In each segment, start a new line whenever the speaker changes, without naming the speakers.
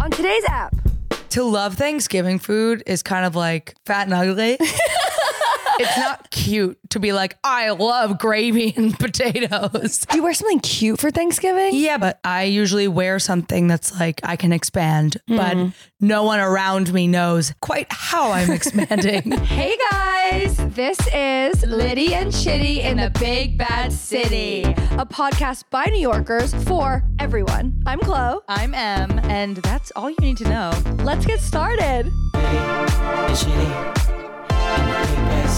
on today's app.
To love Thanksgiving food is kind of like fat and ugly. it's not cute to be like, I love gravy and potatoes.
Do you wear something cute for Thanksgiving?
Yeah, but I usually wear something that's like I can expand, but no one around me knows quite how I'm expanding.
Hey guys, this is Liddy and Shitty in the Big Bad City, a podcast by New Yorkers for everyone. I'm Chloe.
I'm Em, and that's all you need to know.
Let's get started.
and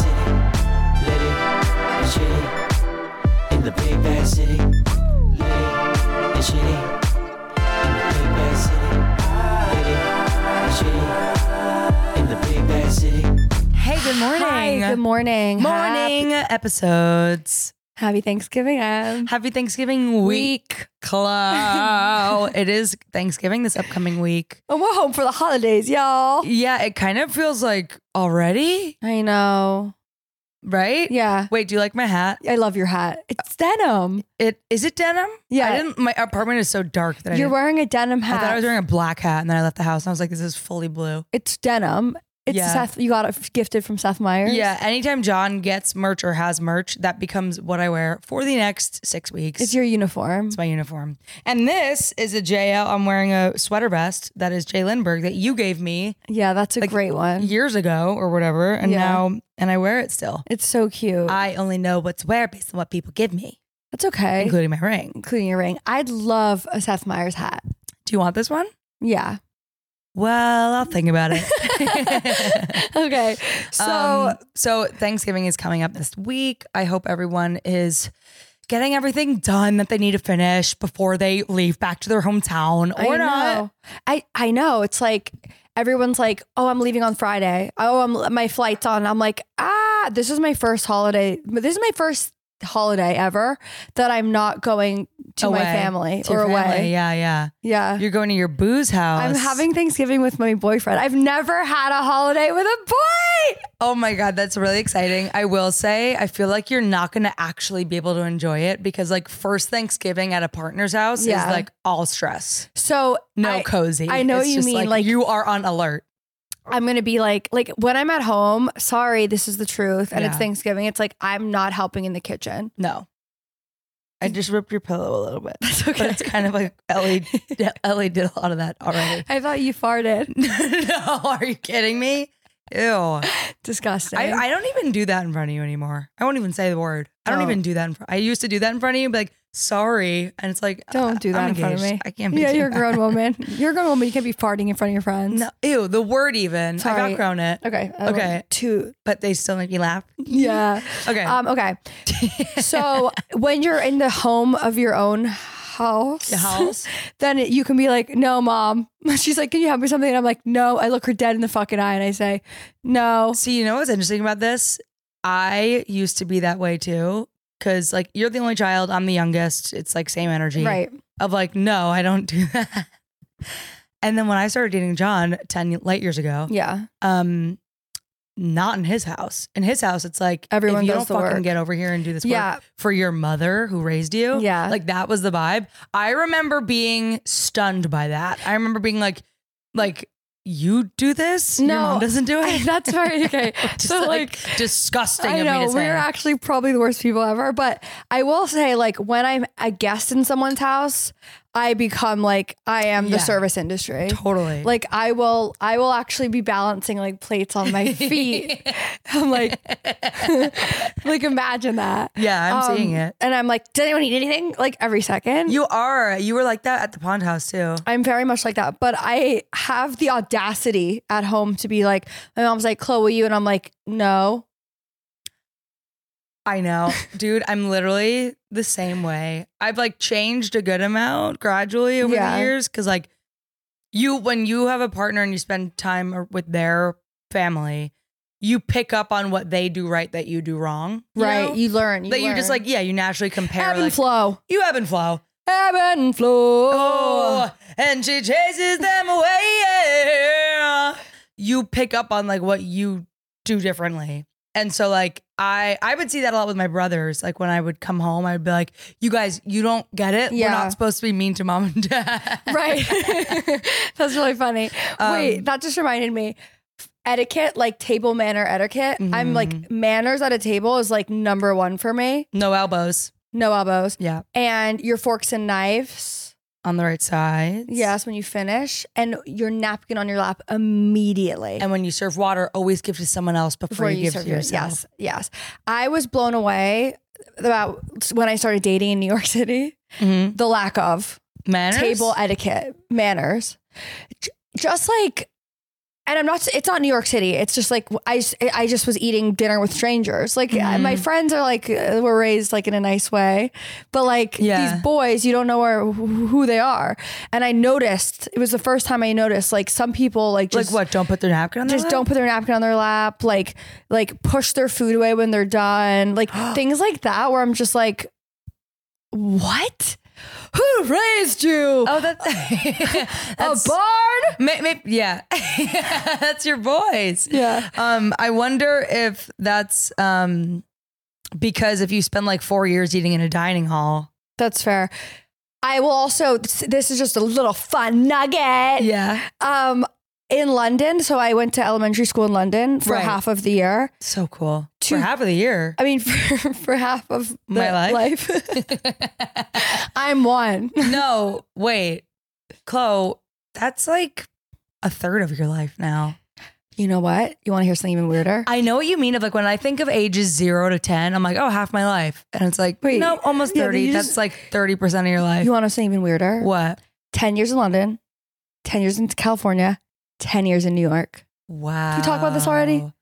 shitty in the big bad city. Liddy and shitty in the big bad city. Liddy and shitty in the big bad city. Liddy and shitty in the big bad city.
hey, good morning.
good morning.
morning episodes.
Happy Thanksgiving, Em.
Happy Thanksgiving week, Chloe. it is Thanksgiving this upcoming week.
And oh, we're home for the holidays, y'all.
Yeah, it kind of feels like already,
I know.
right?
Yeah.
Wait, do you like my hat?
I love your hat. It's denim.
It is it denim?
Yeah.
I didn't. My apartment is so dark that I
You're
didn't-
wearing a denim
I
hat.
thought I was wearing a black hat, and then I left the house, and I was like, "This is fully blue."
it's denim. It's
Yeah.
Seth. You got it gifted from Seth Meyers.
Yeah. Anytime John gets merch or has merch, that becomes what I wear for the next six weeks.
It's your uniform.
It's my uniform. And this is a JL. I'm wearing a sweater vest that is Jay Lindberg that you gave me
Yeah, that's a great one.
years ago or whatever, and
Yeah.
now and I wear it still.
It's so cute.
I only know what to wear based on what people give me,
That's okay.
including my ring.
Including your ring. I'd love a Seth Meyers hat.
Do you want this one?
Yeah.
Well, I'll think about it.
Okay. So
Um, so Thanksgiving is coming up this week. I hope everyone is getting everything done that they need to finish before they leave back to their hometown or
I
not.
know. I, I know. It's like everyone's like, oh, I'm leaving on Friday. Oh, I'm my flight's on. I'm like, ah, this is my first holiday. But This is my first holiday ever that I'm not going to my
Away.
family
To
or
your
away.
family. Yeah, yeah.
Yeah.
You're going to your booze house.
I'm having Thanksgiving with my boyfriend. I've never had a holiday with a boy.
Oh my god, that's really exciting. I will say, I feel like you're not going to actually be able to enjoy it because like first Thanksgiving at a partner's house
Yeah.
is like all stress.
So
No
I,
cozy.
I know
It's
what you
just,
mean, like-
you are on alert.
I'm gonna be like, like when I'm at home. Sorry, this is the truth, and it's
Yeah.
Thanksgiving. It's like I'm not helping in the kitchen.
No. I just ripped your pillow a little bit.
That's
But it's kind of like E Ellie. Ellie did a lot of that already.
I thought you farted.
no, are you kidding me? Ew. I,
Disgusting.
I don't even do that in front of you anymore. I won't even say the word. I don't
Don't.
even do that. In front. I used to do that in front of you, and be like, "Sorry," and it's like,
Don't do
"I-
that
I'm
in front of
engaged.
me.
I can't. Be
yeah,
doing
you're a
that.
grown woman. You're a grown woman. You can't be farting in front of your friends.
No, ew, the word even. I
Sorry.
got grown it,
Okay. I
Okay.
don't- Two.
but they still make me laugh.
Yeah.
Okay,
Um. Okay. So when you're in the home of your own house,
The house.
then it, you can be like, "No, mom." She's like, "Can you help me with something?" And I'm like, "No." I look her dead in the fucking eye and I say, "No."
See, you know what's interesting about this? I used to be that way too, because like you're the only child. I'm the youngest. It's like same energy,
Right.
of like, no, I don't do that. And then when I started dating John 10 light years ago,
Yeah.
um, not in his house. In his house, it's like,
Everyone
if you
does
don't
the
fucking
work.
get over here and do this
Yeah.
work for your mother who raised you.
Yeah.
Like that was the vibe. I remember being stunned by that. I remember being like, like, you do this? Your
No.
mom doesn't do it?
That's very okay.
Just
so like.
like, disgusting
I
of
know
me to
we're
say.
actually probably the worst people ever, but I will say, like, when I'm a guest in someone's house, I become like I am the
Yeah.
service industry.
totally
Like I will, I will actually be balancing like plates on my feet. I'm like, like imagine that.
Yeah, I'm
Um,
seeing it.
And I'm like, did anyone eat anything? Like every second.
You are. You were like that at the pond house too.
I'm very much like that, but I have the audacity at home to be like, my mom's like, Chloe, will you? And I'm like, no.
I know. Dude, I'm literally the same way. I've like changed a good amount gradually over
Yeah.
the years cuz like you when you have a partner and you spend time or- with their family, you pick up on what they do right that you do wrong. you
right.
know?
You learn. You
that you just
learn.
like yeah, you naturally compare
ebb and
like
flow.
you ebb and flow.
Ebb and flow.
Oh, and she chases them away. Yeah. You pick up on like what you do differently. And so like I I would see that a lot with my brothers. Like when I would come home, I would be like, "You guys, you don't get it. We're
Yeah.
not supposed to be mean to mom and dad."
Right. That's really funny.
Um,
Wait, that just reminded me. Etiquette, like table manner etiquette. I'm like
Mm-hmm.
manners at a table is like number one for me.
No elbows.
No elbows.
Yeah,
And your forks and knives.
on the right side.
Yes, when you finish. And your napkin on your lap immediately.
And when you serve water, always give to someone else before, you, give to
yours.
yourself.
Yes, yes. I was blown away about when I started dating in New York City,
Mhm.
the lack of
Manners?
table etiquette, manners. J- Just like, and I'm not, it's not New York City. It's just like, I, s- I just was eating dinner with strangers. Like, I- my
Mm-hmm.
friends are like, uh, were raised like in a nice way, but like
Yeah.
these boys, you don't know where, wh- who they are. And I noticed, it was the first time I noticed like some people like
Like
just.
what? Don't put their napkin on. their
Just
lap?
don't put their napkin on their lap. Like, like push their food away when they're done. Like things like that, where I'm just like, what? Who raised you?
Oh, that, that's
a barn?
may, may, yeah, that's your voice.
Yeah.
Um, I wonder if that's um because if you spend like four years eating in a dining hall,
That's fair. I will also. This is just a little fun nugget.
yeah,
Um, in London, so I went to elementary school in London for
Right.
half of the year.
so cool.
Two-
For half of the year,
I mean, for, for half of the
My life?
life. I'm one.
no, wait, Chloe, that's like a third of your life now.
You know what? You want to hear something even weirder?
I know what you mean. Of like when I think of ages zero to ten, I'm like, oh, half my life, and it's like,
Wait.
no, almost
Yeah,
thirty.
you
that's
just-
like thirty percent of your life.
you want to know something even weirder?
what?
10 years in London, 10 years in California, 10 years in New York.
Wow.
we talk about this already?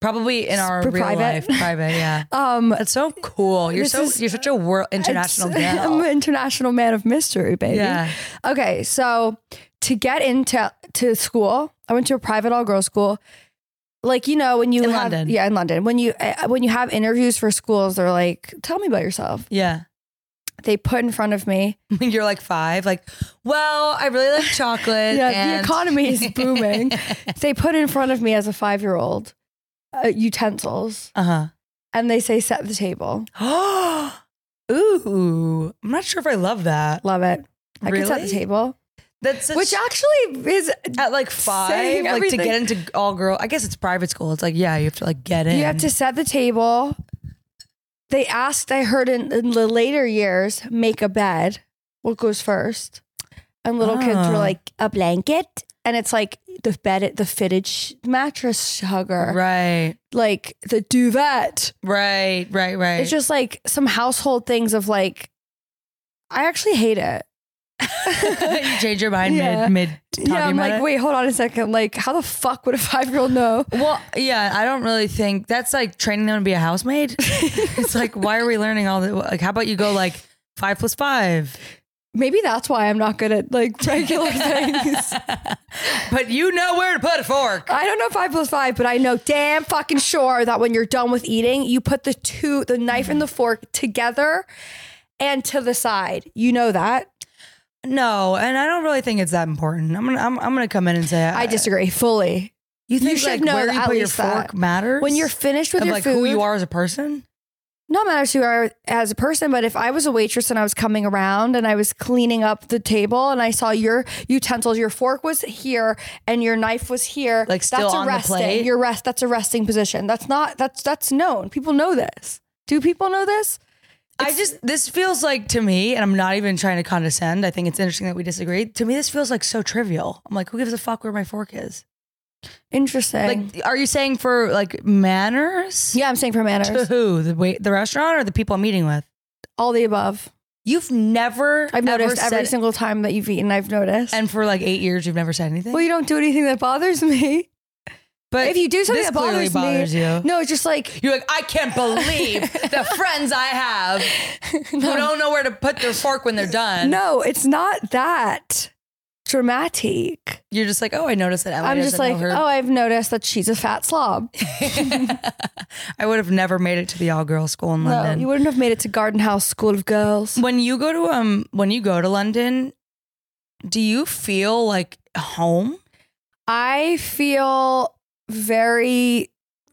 Probably in
S-
our
for
real
private?
life, private. Yeah,
Um,
that's so cool. You're
This
so
is-
you're such a world international
it's- I'm an
gal.
international man of mystery, baby.
Yeah,
Okay, so to get into to school, I went to a private all girls school. Like you know when you
In
have
London.
yeah in London when you uh, when you have interviews for schools, they're like, "Tell me about yourself."
yeah.
They put in front of me.
You're like five. Like, well, I really like chocolate.
Yeah, the
and-
economy is booming. They put in front of me as a five year old uh, utensils,
uh
and they say, "Set the table."
huh. Ooh, I'm not sure if I love that.
Love it. I could set the
Really?
table.
That's such,
Which actually is
at like
saying
five, like
everything.
to get into all girl. I guess it's private school. It's like yeah, you have to like get in.
you have to set the table. They asked, I heard in, in the later years, make a bed. What goes first? And little kids were
Oh.
like, a blanket. And it's like the bed, the fitted sh- mattress hugger,
right,
like the duvet.
right, right, right.
It's just like some household things of like, I actually hate it.
you change your mind
Yeah.
mid mid talking
yeah, I'm
about
like,
it.
wait, hold on a second. Like, how the fuck would a five year old know?
Well, yeah, I don't really think that's like training them to be a housemaid. it's like, why are we learning all that? Like, how about you go like five plus five?
Maybe that's why I'm not good at like regular things.
but you know where to put a fork.
I don't know five plus five, but I know damn fucking sure that when you're done with eating, you put the two, the knife and the fork together and to the side. You know that.
No, and I don't really think it's that important. I'm gonna, I'm, I'm gonna come in and say,
I disagree fully.
You think
should
like
know
where
that
you
at
put your
least that.
fork matters
When you're finished with
Of,
your
like
food,
who you are as a person.
no matter who you are as a person, but if I was a waitress and I was coming around and I was cleaning up the table and I saw your utensils, your fork was here and your knife was here.
Like, still
that's a
on the
resting.
plate?
Your rest. That's a resting position. That's not. That's that's known. People know this. Do people know this?
I just this feels like to me, and I'm not even trying to condescend. I think it's interesting that we disagree. To me, this feels like so trivial. I'm like, who gives a fuck where my fork is?
Interesting.
Like, are you saying for like manners?
Yeah, I'm saying for
To
manners.
who? The wait, the restaurant or the people I'm meeting with?
All the above.
You've never.
I've
ever
noticed every
said-
single time that you've eaten, I've noticed.
And for like eight years, you've never said anything.
well, you don't do anything that bothers me.
but
If you do something
this
that
clearly
bothers,
bothers
me,
you.
no, it's just like
You're like, I can't believe the friends I have who don't know where to put their fork when they're done.
no, it's not that dramatic.
You're just like, oh, I noticed that Emily
I'm just
doesn't
like,
know her.
oh, I've noticed that she's a fat slob.
"Oh." I would have never made it to the all girls school in
No,
London.
you wouldn't have made it to Garden House School of Girls.
when you go to um when you go to London, do you feel like home?
I feel very.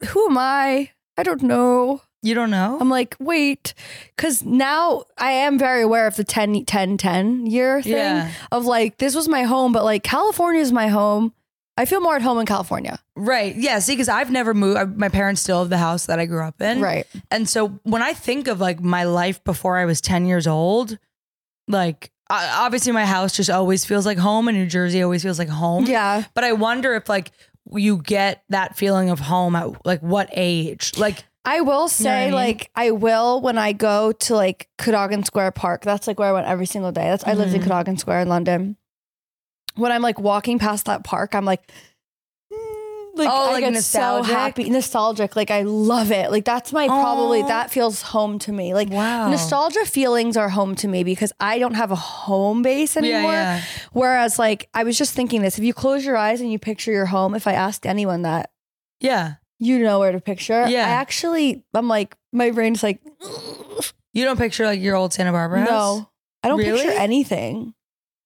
Who am I? I don't know.
You don't know?
I'm like, wait, because now I am very aware of the 10, 10, 10 year thing
Yeah.
of like, this was my home, but like California is my home. I feel more at home in California.
Right. Yeah. See, because I've never moved. I, my parents still have the house that I grew up in.
Right.
And so when I think of like my life before I was 10 years old, like I, obviously my house just always feels like home and New Jersey always feels like home.
Yeah.
But I wonder if like you get that feeling of home at like what age? Like,
I will say,
I mean?
like, I will when I go to like Cadogan Square Park. That's like where I went every single day. That's I lived
Mm-hmm.
in Cadogan Square in London. When I'm like walking past that park, I'm like, mm, like
Oh,
I
like
get
nostalgic?
so happy, nostalgic. Like I love it. Like that's my probably
Aw.
that feels home to me. Like
Oh. Wow.
nostalgia feelings are home to me because I don't have a home base
Yeah,
anymore.
yeah.
Whereas, like, I was just thinking this: if you close your eyes and you picture your home, if I asked anyone that,
yeah,
you know where to picture.
Yeah.
I actually, I'm like, my brain's like,
you don't picture like your old Santa Barbara house?
no, I don't picture
Really?
anything.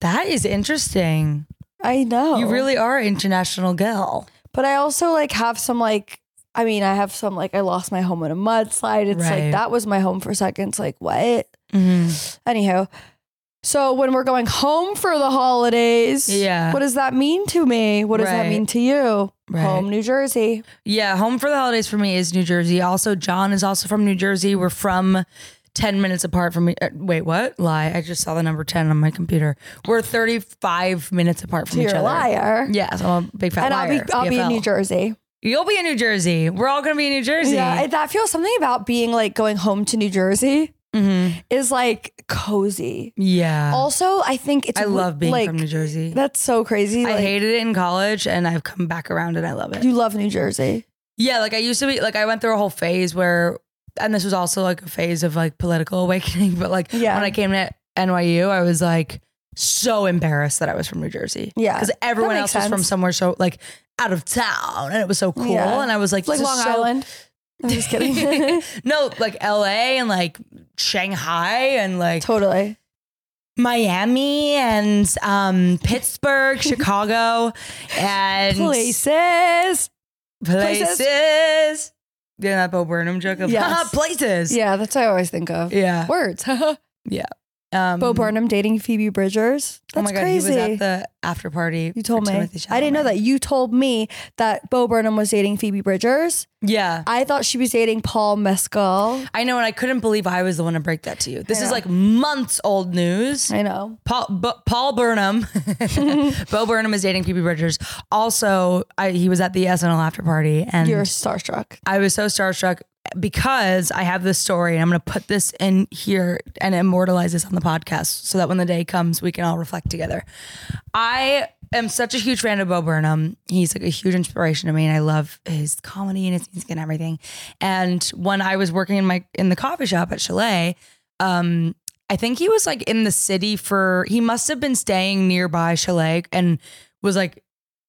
That is interesting.
I know.
You really are an international girl.
but I also like have some like, I mean, I have some like, I lost my home in a mudslide. It's
Right.
like, that was my home for seconds. Like, what?
Mm-hmm.
Anyhow. So when we're going home for the holidays,
Yeah.
what does that mean to me? What does
Right.
that mean to you?
Right.
Home, New Jersey.
Yeah, home for the holidays for me is New Jersey. Also, John is also from New Jersey. We're from 10 minutes apart from me. uh, Wait, what? Lie. I just saw the number 10 on my computer. We're 35 minutes apart from each
You're a
other.
liar.
Yes, I'm a big fat
And I'll
liar.
be I'll be in
BFL.
New Jersey.
You'll be in New Jersey. We're all going to be in New Jersey.
Yeah, I- that feels something about being like going home to New Jersey
Mhm.
is like cozy.
Yeah.
Also, I think it's
I
w-
love being
like,
from New Jersey.
That's so crazy.
I
like,
hated it in college and I've come back around and I love it.
You love New Jersey.
Yeah, like I used to be like I went through a whole phase where and this was also like a phase of like political awakening, but like
Yeah.
when I came to NYU, I was like so embarrassed that I was from New Jersey.
Yeah,
Because everyone
makes
else was from
sense.
somewhere so like out of town and it was so cool.
Yeah.
And I was like,
Like
this
Long
is so-
Island. I'm just kidding.
no, like LA and like Shanghai and like
totally.
Miami and um Pittsburgh, Chicago and
Places.
places.
Places.
Yeah, that Bo Burnham joke of
Yes.
"Haha, places.
Yeah, that's what I always think of.
Yeah.
Words.
Um,
Bo Burnham dating Phoebe Bridgers. That's
oh my God,
crazy.
he was at the after party.
you told
for
me.
Timothée
I didn't know
Chalamet.
that. You told me that Bo Burnham was dating Phoebe Bridgers.
Yeah.
I thought she was dating Paul Mescal.
I know, and I couldn't believe I was the one to break that to you. This
I
is
know.
like months old news.
I know.
Paul, B- Paul Burnham, Bo Burnham is dating Phoebe Bridgers. Also, I, he was at the SNL after party, and
You're starstruck.
I was so starstruck because I have this story, and I'm going to put this in here and immortalize this on the podcast so that when the day comes, we can all reflect together. I am such a huge fan of Bo Burnham. He's like a huge inspiration to me, and I love his comedy and his music and everything. And when I was working in my in the coffee shop at Chalet, um, I think he was like in the city for he must have been staying nearby Chalet and was like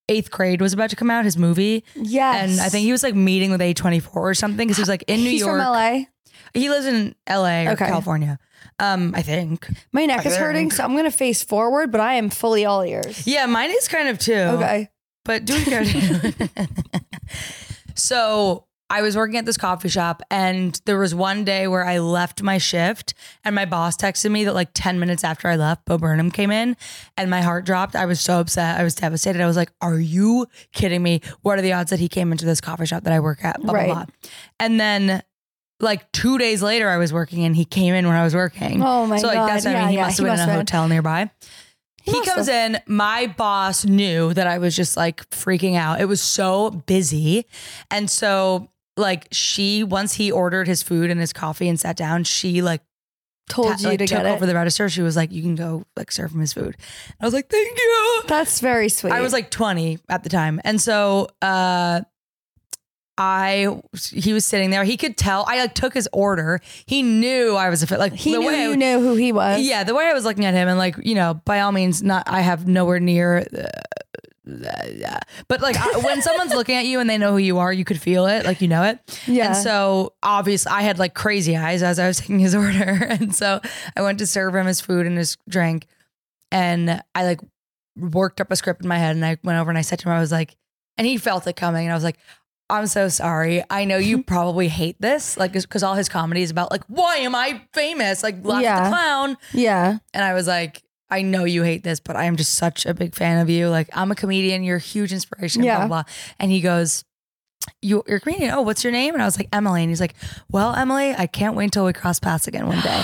eighth grade was about to come out his movie
Yes.
and I think he was like meeting with A24 or something because he was like in New
He's
York.
from LA.
He lives in LA or
Okay.
California, um, I think.
My neck
I
is hurting,
think.
so I'm gonna face forward, but I am fully all ears.
Yeah, mine is kind of too.
Okay.
But do it good. so I was working at this coffee shop, and there was one day where I left my shift, and my boss texted me that like 10 minutes after I left, Bo Burnham came in, and my heart dropped. I was so upset. I was devastated. I was like, Are you kidding me? What are the odds that he came into this coffee shop that I work at? Blah,
Right.
blah, blah. And then like two days later, I was working and he came in when I was working.
Oh my
so, like,
God.
that's what I
Yeah,
mean. He
yeah.
must
He
have been
must
in a
have been.
hotel nearby. He
must
comes in. My boss knew that I was just like freaking out. It was so busy. And so, like, she, once he ordered his food and his coffee and sat down, she like
Told
ta-
you
like,
to
took
get it.
over the register. She was like, You can go like serve him his food. I was like, Thank you.
that's very sweet.
I was like 20 at the time. And so uh I he was sitting there. He could tell. I like took his order. He knew I was a fit. Like
he
the
knew
way I-
you knew who he was.
yeah, the way I was looking at him, and like you know, by all means, not I have nowhere near. Uh, uh, but like I, when someone's looking at you and they know who you are, you could feel it, like you know it.
Yeah.
And so obviously, I had like crazy eyes as I was taking his order, and so I went to serve him his food and his drink, and I like worked up a script in my head, and I went over and I said to him, I was like, and he felt it coming, and I was like, I'm so sorry. I know you probably hate this, like, because all his comedy is about, like, why am I famous? Like, Laugh at
Yeah.
the Clown.
Yeah.
And I was like, I know you hate this, but I am just such a big fan of you. Like, I'm a comedian. You're a huge inspiration.
Yeah.
Blah, blah. And he goes, you, You're a comedian. Oh, what's your name? And I was like, Emily. And he's like, Well, Emily, I can't wait until we cross paths again one day.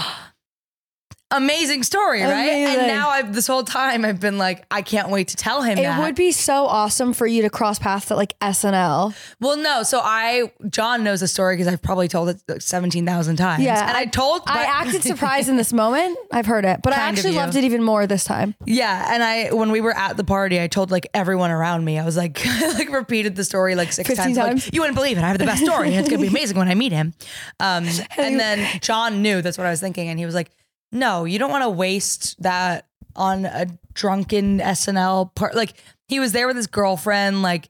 Amazing story, right?
Amazing.
And now I've this whole time I've been like, I can't wait to tell him that.
It would be so awesome for you to cross paths at like SNL.
Well, no. So I, John knows the story because I've probably told it like 17,000 times.
Yeah,
And I,
I-
told,
I
but-
acted surprised in this moment. I've heard it, but I
Kind of
actually
you.
loved it even more this time.
yeah. And I, when we were at the party, I told like everyone around me, I was like, I like repeated the story like six
15
times. I'm
times.
Like, you wouldn't believe it. I have the best story. And it's going to be amazing when I meet him. Um, and then John knew that's what I was thinking. And he was like, no, you don't want to waste that on a drunken SNL part. Like he was there with his girlfriend. Like,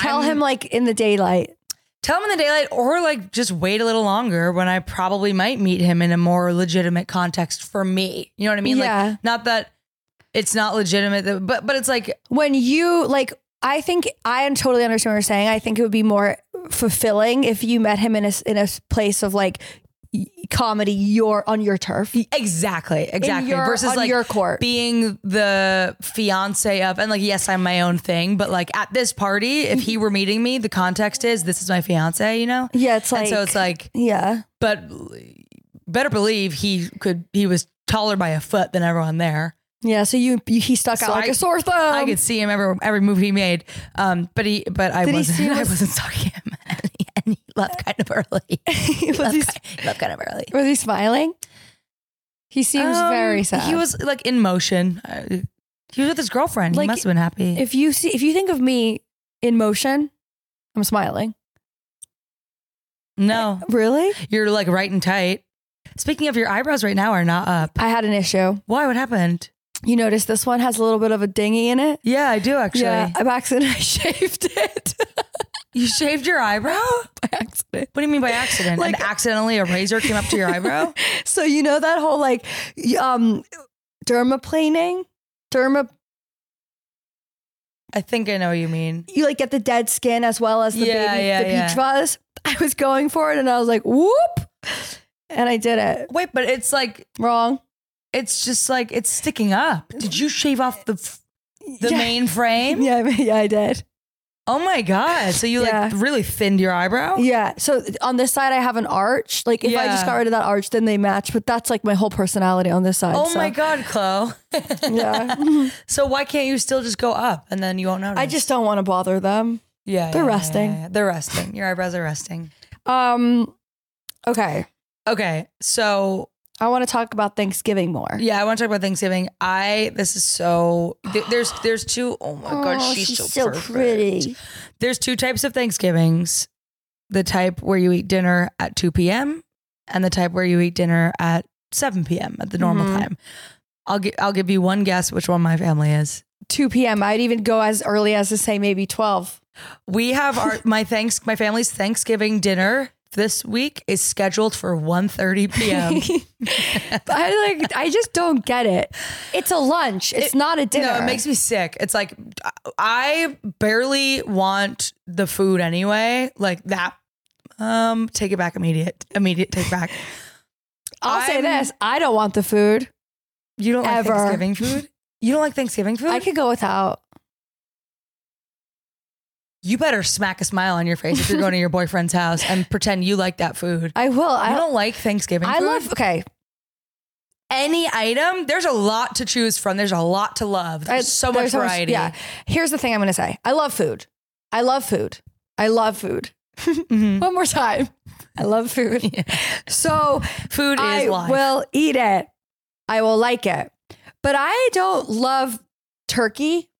Tell
I'm-
him like in the daylight.
tell him in the daylight or like just wait a little longer when I probably might meet him in a more legitimate context for me. You know what I mean?
Yeah.
Like not that it's not legitimate, that, but but it's like
when you like I think I totally understand what you're saying. I think it would be more fulfilling if you met him in a in a place of like y- comedy your on your turf.
exactly, exactly
your-
versus
on
like
your court.
being the fiance of and like yes, I'm my own thing, but like at this party,
Mm-hmm.
if he were meeting me, the context is this is my fiance, you know?
Yeah, it's like
and so it's like
yeah.
but better believe he could he was taller by a foot than everyone there.
Yeah, so you, you he stuck
So
out like
I-
a sore thumb.
I could see him every every move he made. Um, but he but I
Um, Did he see
wasn't I
us?
wasn't stalking him, and he, and he left kind of early. He
Was
left,
he-
kind, he left kind of early.
Was he smiling? He seems
Um,
very sad.
He was like in motion. Uh, He was with his girlfriend. he
Like,
must have been happy.
If you see if you think of me in motion, I'm smiling.
no,
Really?
you're like right and tight. Speaking of your eyebrows, right now are not up.
I had an issue.
Why? What happened?
You notice this one has a little bit of a dingy in it.
Yeah, I do actually.
Yeah, by accident I shaved it.
You shaved your eyebrow.
by accident.
What do you mean by accident?
Like-
and accidentally, a razor came up to your eyebrow.
So you know that whole like y- um dermaplaning? Derma
I think I know what you mean.
you like get the dead skin as well as the
Yeah,
baby
yeah,
the
yeah.
peach fuzz. I was going for it and I was like, whoop. And I did it.
Wait, but it's like
Wrong.
it's just like it's sticking up. Did you shave off the f- the
yeah.
main frame?
Yeah, yeah, I did.
Oh my god! So you
Yeah.
like really thinned your eyebrow?
Yeah. So on this side I have an arch. Like if I just
Yeah.
got rid of that arch, then they match. But that's like my whole personality on this side.
Oh
so.
my god, Chloe.
Yeah.
so why can't you still just go up and then you won't notice?
I just don't want to bother them.
yeah,
they're
yeah, yeah,
resting.
yeah, yeah. They're resting. Your eyebrows are resting.
Um okay.
Okay, so
I want to talk about Thanksgiving more.
yeah, I want to talk about Thanksgiving. I this is so th- there's there's two oh my god
Oh,
she's,
she's
so,
so
perfect.
pretty.
There's two types of Thanksgivings the type where you eat dinner at 2 p.m. and the type where you eat dinner at 7 p.m. at the normal
Mhm.
time. I'll, gi- I'll give you one guess which one my family is.
2 p.m. I'd even go as early as to say maybe 12.
We have our my thanks my family's Thanksgiving dinner this week is scheduled for 1:30 p.m.
I like I just don't get it. It's a lunch. It's not a dinner.
No, it makes me sick. It's like I barely want the food anyway. Like that. Um, take it back immediate. Immediate take back.
I'll say
I'm-
this. I don't want the food.
You don't like
Ever.
Thanksgiving food? You don't like Thanksgiving food?
I could go without.
you better smack a smile on your face if you're going to your boyfriend's house and pretend you like that food.
I will.
I
I
don't like Thanksgiving
I
food.
love okay.
any item. There's a lot to choose from. There's a lot to love.
I-
There's so much variety.
Yeah. Here's the thing I'm gonna say. I love food. I love food. I love food.
Mm-hmm.
One more time. I love food. So
Food
I
is life.
will eat it. I will like it. But I don't love turkey.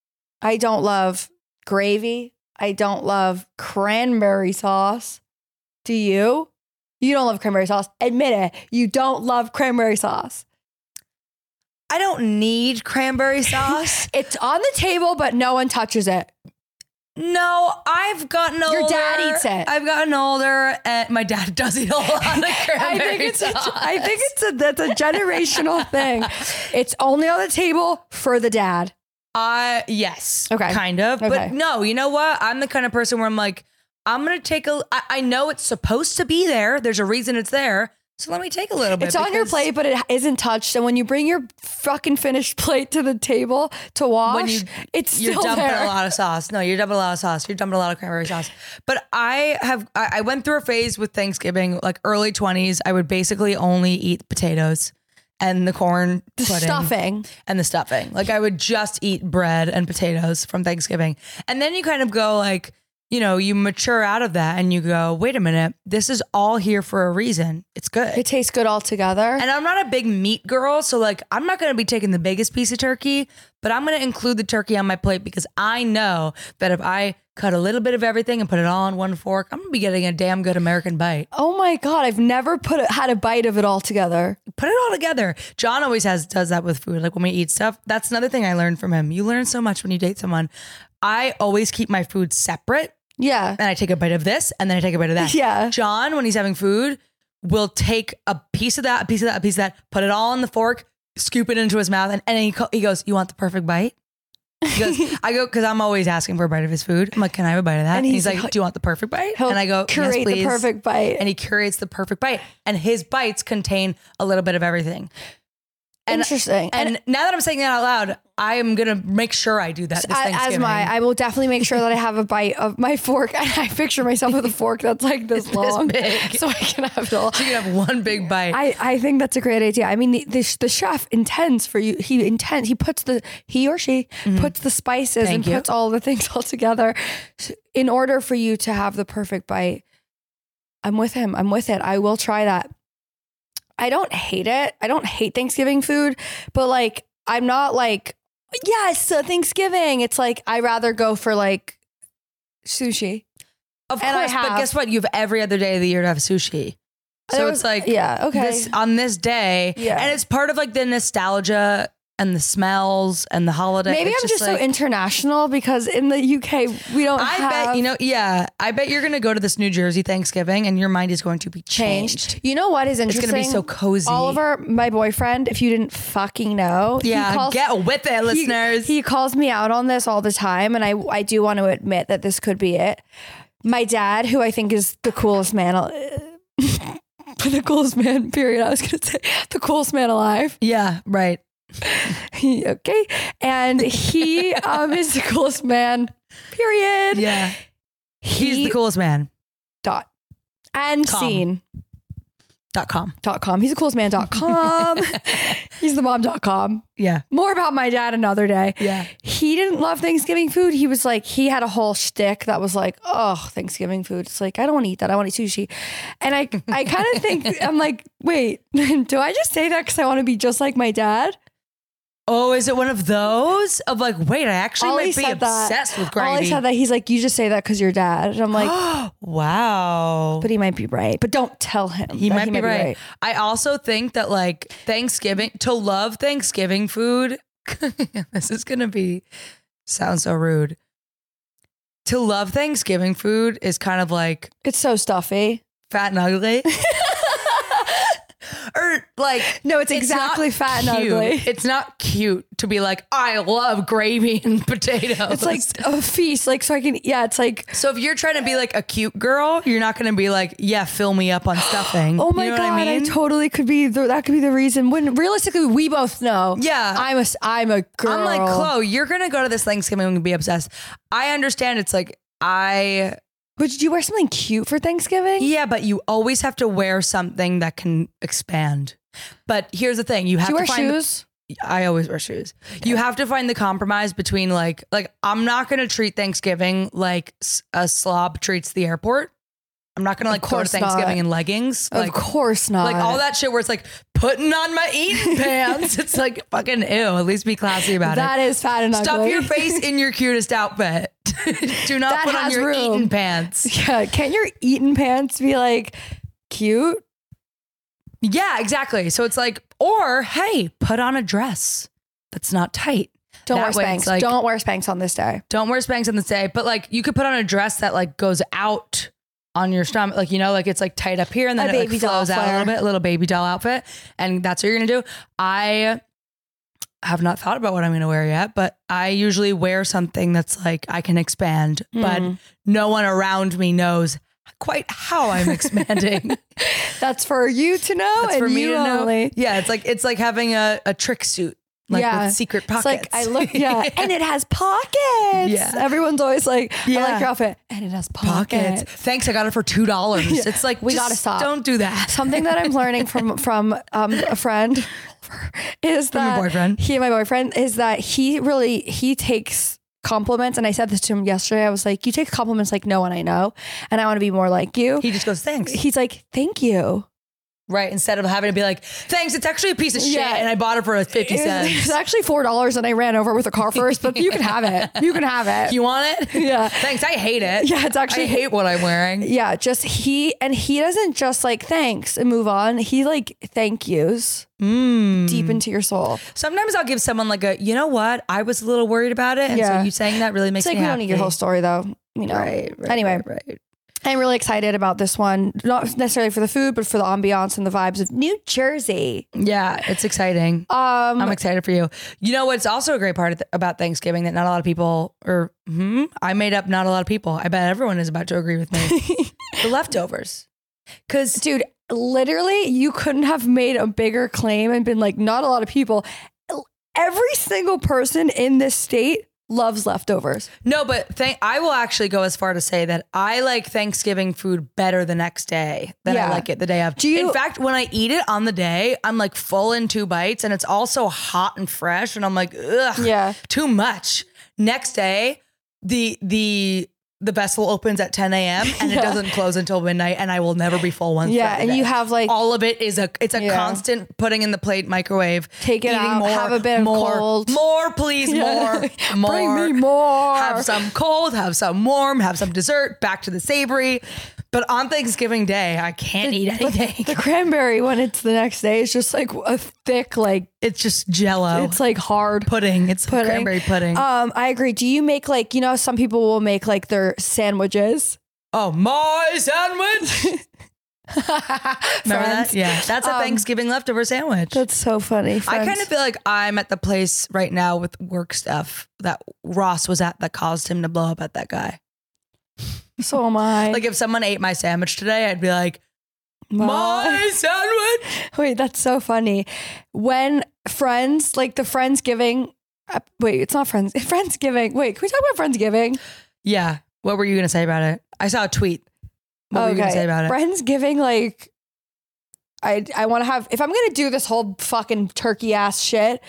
I don't love gravy. I don't love cranberry sauce. Do you? You don't love cranberry sauce. Admit it. You don't love cranberry sauce.
I don't need cranberry sauce.
It's on the table, but no one touches it.
No, I've gotten older.
dad eats it.
I've gotten older, and my dad does eat a lot of
I
cranberry
think it's a,
sauce.
I think it's a, that's a generational thing. It's only on the table for the dad.
Uh, yes.
Okay.
Kind of.
Okay.
But no, you know what? I'm the kind of person where I'm like, I'm gonna take a. I, I know it's supposed to be there. There's a reason it's there. So let me take a little bit.
It's on your
because
plate, but it isn't touched. And when you bring your fucking finished plate to the table to wash,
you-
it's
You're
still
dumping
there.
a lot of sauce. No, you're dumping a lot of sauce. You're dumping a lot of cranberry sauce. But I have. I, I went through a phase with Thanksgiving, like early 20s. I would basically only eat potatoes and the corn
The
pudding.
stuffing.
and the stuffing. Like I would just eat bread and potatoes from Thanksgiving. And then you kind of go like, you know, you mature out of that and you go, wait a minute, this is all here for a reason. It's good.
It tastes good all together.
and I'm not a big meat girl, so like I'm not going to be taking the biggest piece of turkey, but I'm going to include the turkey on my plate because I know that if I cut a little bit of everything and put it all on one fork, I'm going to be getting a damn good American bite.
Oh my god, I've never put a, had a bite of it all together.
Put it all together. John always has does that with food. Like when we eat stuff, that's another thing I learned from him. You learn so much when you date someone. I always keep my food separate,
Yeah.
and I take a bite of this, and then I take a bite of that.
Yeah.
John, when he's having food, will take a piece of that, a piece of that, a piece of that, put it all on the fork, scoop it into his mouth, and, and then he, co- he goes, "You want the perfect bite?" He goes, I go because I'm always asking for a bite of his food. I'm like, "Can I have a bite of that?"
And
And he's,
he's
like,
like-
"Do you want the perfect bite?"
He'll
and I go, "Yes,
curate the
please."
perfect bite.
and he curates the perfect bite. And his bites contain a little bit of everything. and-
Interesting.
And, now that I'm saying that out loud, I am gonna make sure I do that this
I- as
Thanksgiving.
my, I will definitely make sure that I have a bite of my fork. And I picture myself with a fork that's like this long,
big.
so I can have it all.
you can have one big bite.
I, I think that's a great idea. I mean, the, the, sh- the chef intends for you. He intends. He puts the he or she puts the spices
Mm-hmm. Thank
and
you.
puts all the things all together s- in order for you to have the perfect bite. I'm with him. I'm with it. I will try that. I don't hate it. I don't hate Thanksgiving food, but like I'm not like yes uh, Thanksgiving. It's like I rather go for like sushi.
of
and I
course, but
have-
guess what? You have every other day of the year to have sushi. So
There
it's
was-
like
yeah okay
this on this day,
Yeah.
and it's part of like the nostalgia and the smells and the holiday.
Maybe
It's
I'm just
like-
so international because in the UK we don't.
I bet you
have
know, yeah. I bet you're gonna go to this New Jersey Thanksgiving, and your mind is going to be changed.
changed. You know what is
It's
interesting?
gonna be so cozy.
Oliver, my boyfriend, if you didn't fucking know, he
yeah.
calls-
get with it,
he-
listeners.
He, calls me out on this all the time, and I I do want to admit that this could be it. My dad, who I think is the coolest man, al- the coolest man. Period. I was gonna say the coolest man alive.
yeah, right.
He- okay, and he um is the coolest man. Period.
Yeah. He's
He-
the coolest man.
dot and
Com.
scene
Dot com.
dot com. He's the coolest man dot com. He's the mom dot com.
Yeah.
More about my dad another day.
Yeah.
He didn't love Thanksgiving food. He was like, he had a whole shtick that was like, oh, Thanksgiving food. It's like, I don't want to eat that. I want to eat sushi. And I, I kind of think, I'm like, wait, do I just say that because I want to be just like my dad?
Oh, is it one of those? Of like, wait, I actually
Ollie
might be
said that.
obsessed with gravy.
Ollie said that. He's like, you just say that because you're dad. And I'm like,
wow.
but he might be right. But don't tell him.
he
that
might, be, right. I also think that like Thanksgiving to love Thanksgiving food. this is gonna be sounds so rude. To love Thanksgiving food is kind of like
It's so stuffy.
fat and ugly. or like
No, it's
not
exactly fat and
cute.
ugly.
It's not cute to be like, I love gravy and potatoes.
It's like a feast. Like, so I can, yeah, it's like,
So if you're trying to be like a cute girl, you're not going to be like, yeah, fill me up on stuffing.
Oh my
you know
god!
What I
I,
mean?
totally could be the, that could be the reason. When realistically, we both know.
Yeah.
I'm a s- I'm a girl.
I'm like, Chloe, you're going to go to this Thanksgiving and be obsessed. I understand it's like, I,
But did you wear something cute for Thanksgiving?
yeah, but you always have to wear something that can expand. But here's the thing you have
Do you
to
wear
find
shoes?
I always wear shoes. You have to find the compromise between like like I'm not gonna treat Thanksgiving like s- a slob treats the airport. I'm not gonna like go to
course not.
Thanksgiving in leggings. like
of course not.
like all that shit where it's like putting on my eating pants. It's like fucking ew. At least be classy about
That
it.
is fat and
Stuff
ugly.
your face in your cutest outfit. Do not
That
put on
has
your
room.
eating pants.
yeah. Can't your eating pants be like cute?
Yeah, exactly. So it's like, or hey, put on a dress that's not tight.
Don't
That way
wear
it's
spanks.
like-
Don't wear spanks on this day.
don't wear Spanx on this day, but like you could put on a dress that like goes out on your stomach, like you know, like it's like tight up here and then
A
it like
baby doll
flows out a
flare.
little bit, a little baby doll outfit, and that's what you're gonna do. I have not thought about what I'm going to wear yet, but I usually wear something that's like I can expand, but
Mm.
no one around me knows quite how I'm expanding.
That's for you to know
That's
and
for me
you
to know.
only.
Yeah, it's like it's like having a a trick suit, like
Yeah.
with secret
It's
pockets.
like I look, yeah, and it has pockets.
Yeah.
Everyone's always like, I
Yeah.
like your outfit, and it has pockets.
pockets. Thanks, I got it for two dollars. It's like
We
just
gotta stop.
Don't do that.
Something that I'm learning from from um, a friend is
From a
that
boyfriend.
He, my boyfriend, is that he really he takes compliments, and I said this to him yesterday. I was like, you take compliments like no one I know, and I want to be more like you.
He just goes thanks,
He's like, thank you.
right? Instead of having to be like thanks, it's actually a piece of shit,
Yeah.
and I bought it for a fifty
It was, it was
cents.
actually four dollars, and I ran over with a car first, but you can have it. You can have it.
You want it?
Yeah.
Thanks. I hate it.
Yeah, it's actually-
I hate what I'm wearing.
Yeah, just he and he doesn't just like thanks and move on. He like thank yous
Mm.
deep into your soul.
Sometimes I'll give someone like a, you know what? I was a little worried about it, and
Yeah.
so you saying that really
It's
makes
like
me
we
happy.
don't need your whole story though. You know.
Right, right,
anyway,
right, right.
I'm really excited about this one. Not necessarily for the food, but for the ambiance and the vibes of New Jersey.
Yeah, it's exciting.
Um,
I'm excited for you. You know what's also a great part of th- about Thanksgiving that not a lot of people or hmm, I made up not a lot of people. I bet everyone is about to agree with me. the leftovers. Cuz
dude, literally, you couldn't have made a bigger claim and been like, not a lot of people. Every single person in this state loves leftovers.
no, but thank I will actually go as far to say that I like Thanksgiving food better the next day than
Yeah.
I like it the day of.
Do you-
In fact, when I eat it on the day, I'm like full in two bites and it's also hot and fresh and I'm like ugh.
Yeah.
too much. Next day, the the the vessel opens at 10 a.m. and
Yeah.
it doesn't close until midnight, and I will never be full once.
Yeah, and you have, like-
all of it is a it's a
Yeah.
constant putting in the plate, microwave,
Take it
eating
out, have a bit of
more,
cold.
more, please, more, more,
Bring me more.
Have some cold, have some warm, have some dessert. Back to the savory. But on Thanksgiving Day, I can't eat anything.
The cranberry when it's the next day is just like a thick, like
it's just Jello.
it's like hard
Oh. pudding. It's
pudding.
cranberry pudding.
Um, I agree. Do you make like you know some people will make like their sandwiches?
Oh, my sandwich. Remember
Friends. Um,
that? Yeah. That's a Thanksgiving leftover sandwich.
That's so funny.
I
friends.
kind of feel like I'm at the place right now with work stuff that Ross was at that caused him to blow up at that guy.
so am I.
Like if someone ate my sandwich today, I'd be like,
Ma-
my sandwich.
Wait, that's so funny. When friends like the friendsgiving. Uh, wait, it's not friends. Friendsgiving. Wait, can we talk about friendsgiving?
Yeah. What were you going to say about it? I saw a tweet. What were you going to say about it?
Friendsgiving, like, I I want to have. If I'm gonna do this whole fucking turkey ass shit,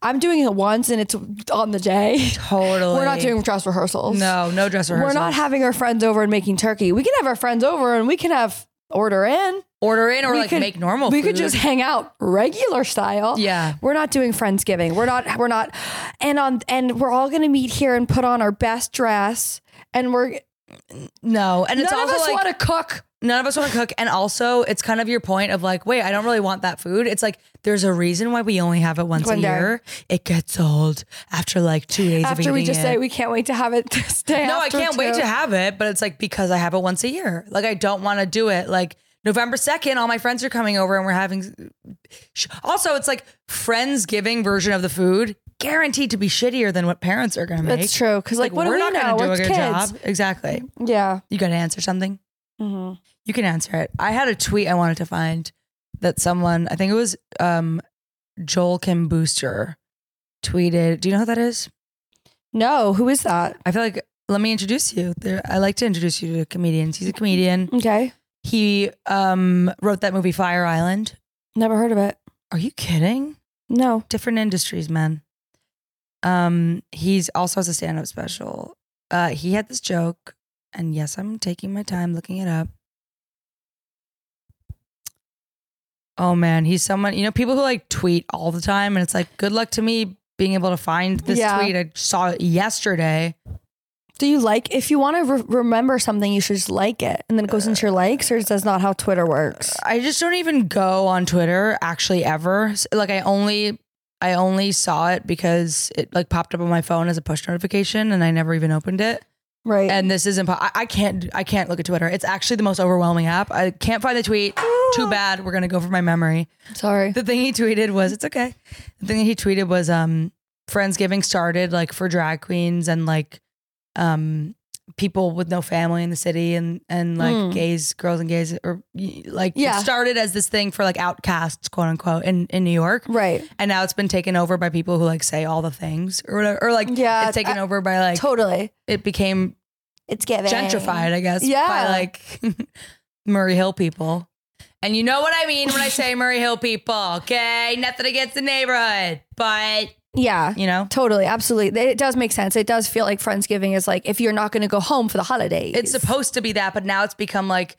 I'm doing it once and it's on the day.
Totally.
We're not doing dress rehearsals.
No, no dress rehearsal.
We're not having our friends over and making turkey. We can have our friends over and we can have order in.
order in or
we
like
could-
make normal.
We could
food.
just hang out regular style.
Yeah.
We're not doing Friendsgiving. We're not we're not and on and we're all gonna meet here and put on our best dress. And we're
no, and it's
none of
also
us
like
wanna cook.
none of us want to cook. And also, it's kind of your point of like, wait, I don't really want that food. It's like, there's a reason why we only have it once
One
a
day.
year. It gets old after like two days of
After
eating
we just
it.
say we can't wait to have it this day.
no, I
after,
can't wait
too."
to have it, but it's like because I have it once a year. Like, I don't want to do it. Like, November 2nd, all my friends are coming over and we're having. sh- Also, it's like Friendsgiving version of the food, guaranteed to be shittier than what parents are going to make.
That's true. Cause like, what
we're
do we
not
know?
gonna do
We're
a good
kids.
job. Exactly.
Yeah.
You got to answer something.
hmm
You can answer it. I had a tweet I wanted to find that someone, I think it was um, Joel Kim Booster, tweeted. Do you know who that is?
No, who is that?
I feel like let me introduce you. There, I like to introduce you to comedians. He's a comedian.
Okay.
He um, wrote that movie Fire Island.
Never heard of it.
Are you kidding?
No.
Different industries, man. Um, he's also has a stand-up special. Uh, he had this joke, and yes, I'm taking my time looking it up. Oh man, he's someone you know. People who like tweet all the time, and it's like, good luck to me being able to find this
Yeah.
tweet. I saw it yesterday.
Do you like if you want to re- remember something, you should just like it, and then it goes into your likes, or is that not how Twitter works?
I just don't even go on Twitter actually ever. S- Like I only I only saw it because it like popped up on my phone as a push notification and I never even opened it.
Right.
and this is impossible. I, I can't. do- I can't look at Twitter. It's actually the most overwhelming app. I can't find the tweet. Too bad. We're gonna go for my memory.
Sorry.
The thing he tweeted was, "It's okay." The thing he tweeted was, um, "Friendsgiving started like for drag queens and like, um, people with no family in the city and and like
Mm.
gays, girls and gays, or y- like
Yeah.
it started as this thing for like outcasts, quote unquote, in in New York,
right.
and now it's been taken over by people who like say all the things or whatever, or like
Yeah,
it's taken
I-
over by like
totally.
it became
It's giving
gentrified, I guess. By
Yeah.
like Murray Hill people. And you know what I mean when I say Murray Hill people, okay? Nothing against the neighborhood, but
Yeah.
you know,
Totally. Absolutely. It does make sense. It does feel like Friendsgiving is like if you're not going to go home for the holidays.
it's supposed to be that, but now it's become like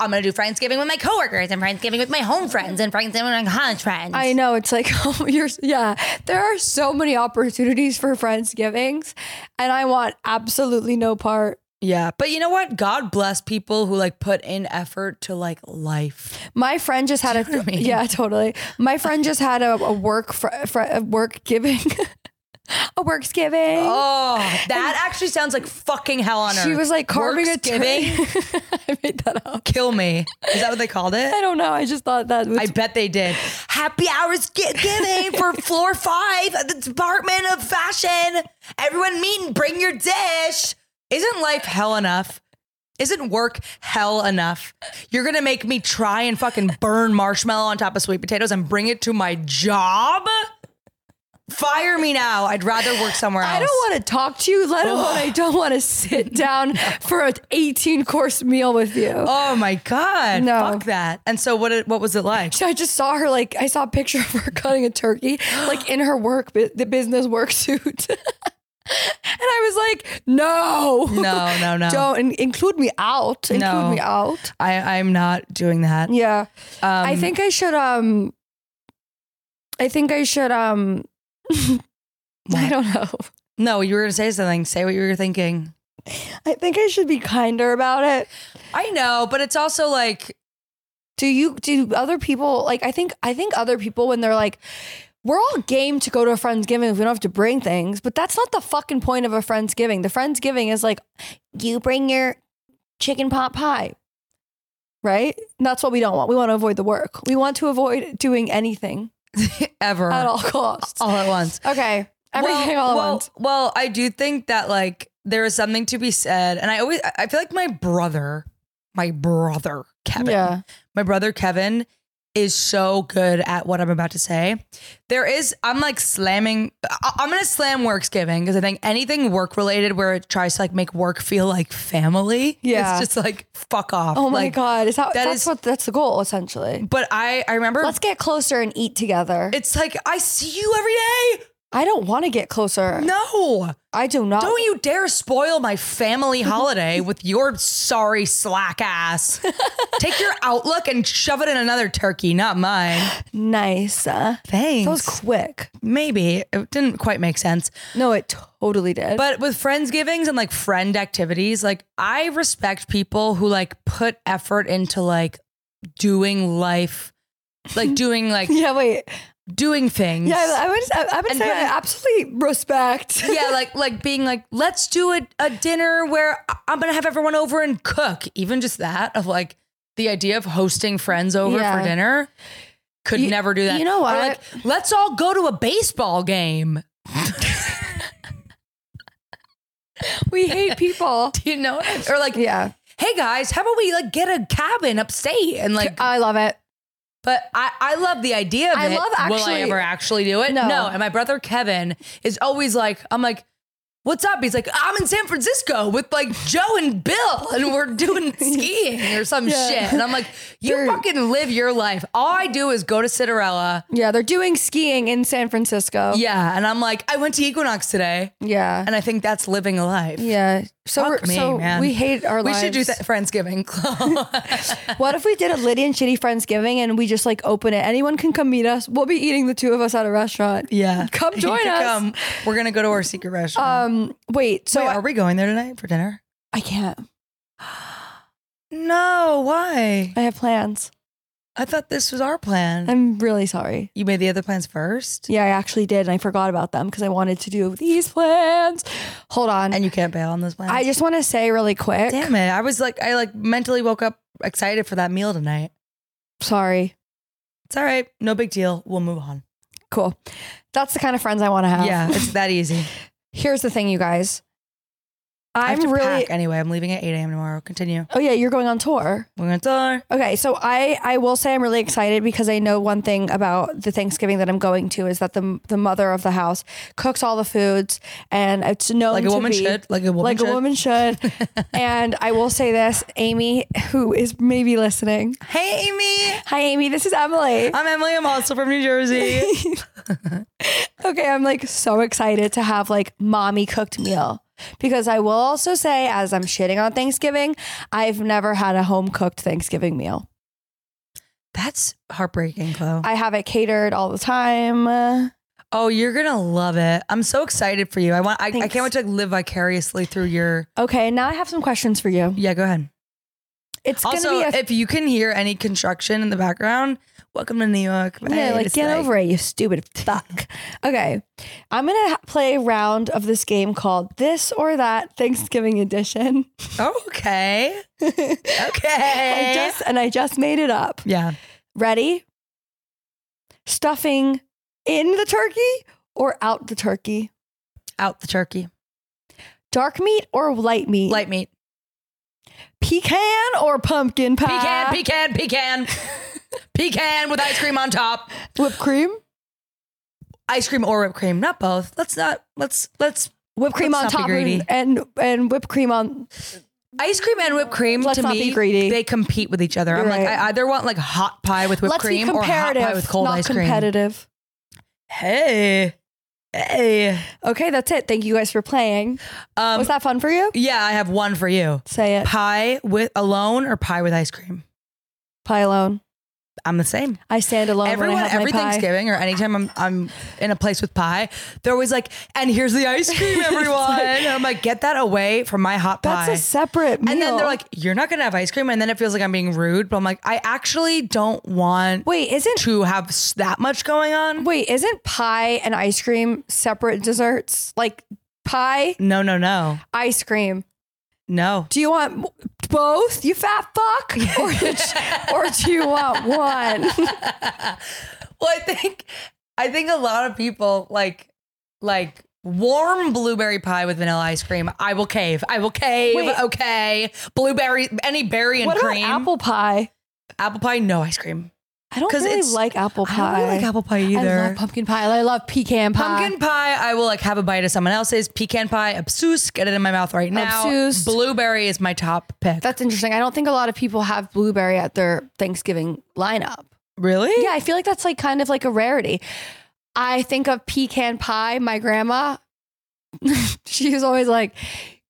I'm gonna do Friendsgiving with my coworkers and Friendsgiving with my home friends and Friendsgiving with my college friends.
I know it's like oh, you're yeah. There are so many opportunities for friendsgivings, and I want absolutely no part.
yeah, but you know what? God bless people who like put in effort to like life.
My friend just had a
what I mean?
yeah, totally. My friend just had a, a work fr- fr- a work giving, a works giving.
Oh, that actually sounds like fucking hell on earth.
she was like carving a tree.
Worksgiving?
I made that up.
Kill me. Is that what they called it?
I don't know. I just thought that was
I bet they did. Happy hours get giving for floor five at the Department of Fashion. Everyone meet and bring your dish. Isn't life hell enough? Isn't work hell enough? You're gonna make me try and fucking burn marshmallow on top of sweet potatoes and bring it to my job? Fire me now. I'd rather work somewhere else.
I don't want to talk to you,
Oh.
let alone I don't want to sit down for an 18 course meal with you.
Oh my god.
No.
Fuck that. And so what? it- What was it like?
So I just saw her like I saw a picture of her cutting a turkey like in her work bu- the business work suit. and I was like, "No.
No, no, no.
Don't in- include me out. Include
Oh. No.
me out."
I, I'm not doing that.
Yeah.
Um,
I think I should um I think I should um I don't know.
No, you were gonna say something. Say what you were thinking.
I think I should be kinder about it.
I know, but it's also like
Do you do other people like I think I think other people when they're like we're all game to go to a friendsgiving if we don't have to bring things, but that's not the fucking point of a friendsgiving. The friendsgiving is like you bring your chicken pot pie. Right? And that's what we don't want. We want to avoid the work. We want to avoid doing anything
ever
at all costs.
all at once.
Okay. Everything
Uh, well,
all at
well,
once.
Well, I do think that like there is something to be said, and I always I- I feel like my brother, my brother Kevin,
Yeah.
my brother Kevin is so good at what I'm about to say. There is I'm like slamming. I, I'm gonna slam Worksgiving because I think anything work related where it tries to like make work feel like family.
Yeah.
it's just like fuck off.
Oh my
Like,
god. Is that,
that
that's
is-
what that's the goal essentially.
But I I remember
Let's get closer and eat together.
It's like I see you every
I don't want to get closer.
day. No,
I do not
don't e- you dare spoil my family holiday with your sorry slack ass. Take your outlook and shove it in another turkey, not mine.
Nice. Uh,
Thanks.
that was quick.
Maybe it didn't quite make sense,
No, it totally did.
but with friendsgivings and like friend activities, like I respect people who like put effort into like doing life, like doing like
yeah, wait.
doing things.
Yeah, I I would. I, I would
And
say I
friends-
absolutely respect.
yeah, like like being like, let's do a, a dinner where I- I'm gonna have everyone over and cook. Even just that of like the idea of hosting friends over
Yeah.
for dinner could
You-
never do that.
you know
Or,
what?
like, let's all go to a baseball game.
we hate people.
Do you know? Or like,
Yeah,
hey guys, how about we like get a cabin upstate and like.
I love it.
but I I love the idea of
I
it.
love
Will I
actually-
ever actually do it?
No.
And my brother Kevin is always like, I'm like. What's up? He's like, I'm in San Francisco with like Joe and Bill, and we're doing skiing or some
Yeah.
shit. And I'm like, you
They're-
fucking live your life. All I do is go to Cinderella.
Yeah, they're doing skiing in San Francisco.
Yeah. And I'm like, I went to Equinox today.
yeah,
And I think that's living a life.
yeah. So,
Fuck
we're,
me,
so
man.
we hate our
We
lives.
should do that Friendsgiving.
What if we did a Liddy and Shitty Friendsgiving and we just like open it? Anyone can come meet us. We'll be eating the two of us at a restaurant.
yeah.
Come
You
join
can
us.
We're going to go to our secret restaurant.
Um. Wait. So
Wait,
I,
are we going there tonight for dinner?
I can't.
No. Why?
I have plans.
I thought this was our plan.
I'm really sorry.
You made the other plans first,
Yeah, I actually did, and I forgot about them because I wanted to do these plans. Hold on.
and you can't bail on those plans.
I just want to say really quick.
damn it. I was like, I like mentally woke up excited for that meal tonight.
Sorry.
It's all right, no big deal. We'll move on.
Cool. That's the kind of friends I want to have.
Yeah, it's that easy.
Here's the thing, you guys.
I have
I'm
to
really.
pack anyway. I'm leaving at 8 a.m. tomorrow. Continue.
Oh yeah, you're going on tour.
We're gonna tour.
Okay, so I I will say I'm really excited because I know one thing about the Thanksgiving that I'm going to is that the the mother of the house cooks all the foods and it's known
Like a
to
woman
be-
should. Like a woman
like
should.
a woman should. and I will say this, Amy, who is maybe listening.
Hey, Amy.
Hi, Amy. This is Emily.
I'm Emily. I'm also from New Jersey.
Okay, I'm like so excited to have like mommy cooked meal because I will also say, as I'm shitting on Thanksgiving, I've never had a home cooked Thanksgiving meal.
That's heartbreaking, Chloe.
I have it catered all the time.
oh, you're gonna love it. I'm so excited for you. I want. I, I
Thanks.
can't wait to like, live vicariously through your.
Okay, now I have some questions for you.
Yeah, go ahead.
It's
also,
gonna be a
if you can hear any construction in the background, welcome to New York.
yeah, eh, like get over it, you stupid fuck. Okay, I'm gonna ha- play a round of this game called This or That Thanksgiving Edition.
Okay.
I
Okay.
just and I just made it up.
yeah.
Ready? Stuffing in the turkey or out the turkey?
Out the turkey.
Dark meat or light meat?
Light meat.
pecan or pumpkin pie?
Pecan, pecan, pecan. pecan with ice cream on top.
Whipped cream?
Ice cream or whipped cream. Not both. Let's not let's let's
Whipped cream on
Let's not be
top
greedy.
and, and and whipped cream on
ice cream and whipped cream
Let's
to
not
me
be greedy.
they compete with each other. I'm
You're
like
right.
I either want like hot pie with whipped
Let's
cream
be
or hot
comparative,
pie with cold
not
ice cream.
competitive.
Hey. Hey.
Okay, that's it. Thank you guys for playing.
Um
Was that fun for you?
yeah, I have one for you.
Say it.
Pie with alone or pie with ice cream?
Pie alone.
I'm the same.
I stand alone Oh,
Everyone,
when I have
every
my pie.
Thanksgiving or anytime I'm I'm in a place with pie, they're always like, "And here's the ice cream, everyone." And I'm like, "Get that away from my hot pie."
That's a separate meal.
and then they're like, "You're not gonna have ice cream," and then it feels like I'm being rude, but I'm like, I actually don't want
wait, isn't
to have s- that much going on.
wait, isn't pie and ice cream separate desserts? Like pie,
No, no, no,
ice cream.
no.
Do you want both, you fat fuck? Or, or do you want one?
Well, I think I think a lot of people like like warm blueberry pie with vanilla ice cream. I will cave. I will cave.
Wait.
Okay, blueberry, any berry and
What about
cream.
apple pie?
Apple pie, no ice cream.
I don't
'Cause
really
it's-
like apple pie.
I don't really like apple pie either.
I love pumpkin pie. I love pecan pie.
Pumpkin pie, I will like have a bite of someone else's. Pecan pie, absuse, get it in my mouth right now.
Absuse.
Blueberry is my top pick.
That's interesting. I don't think a lot of people have blueberry at their Thanksgiving lineup.
really?
Yeah, I feel like that's like kind of like a rarity. I think of pecan pie. My grandma, she was always like,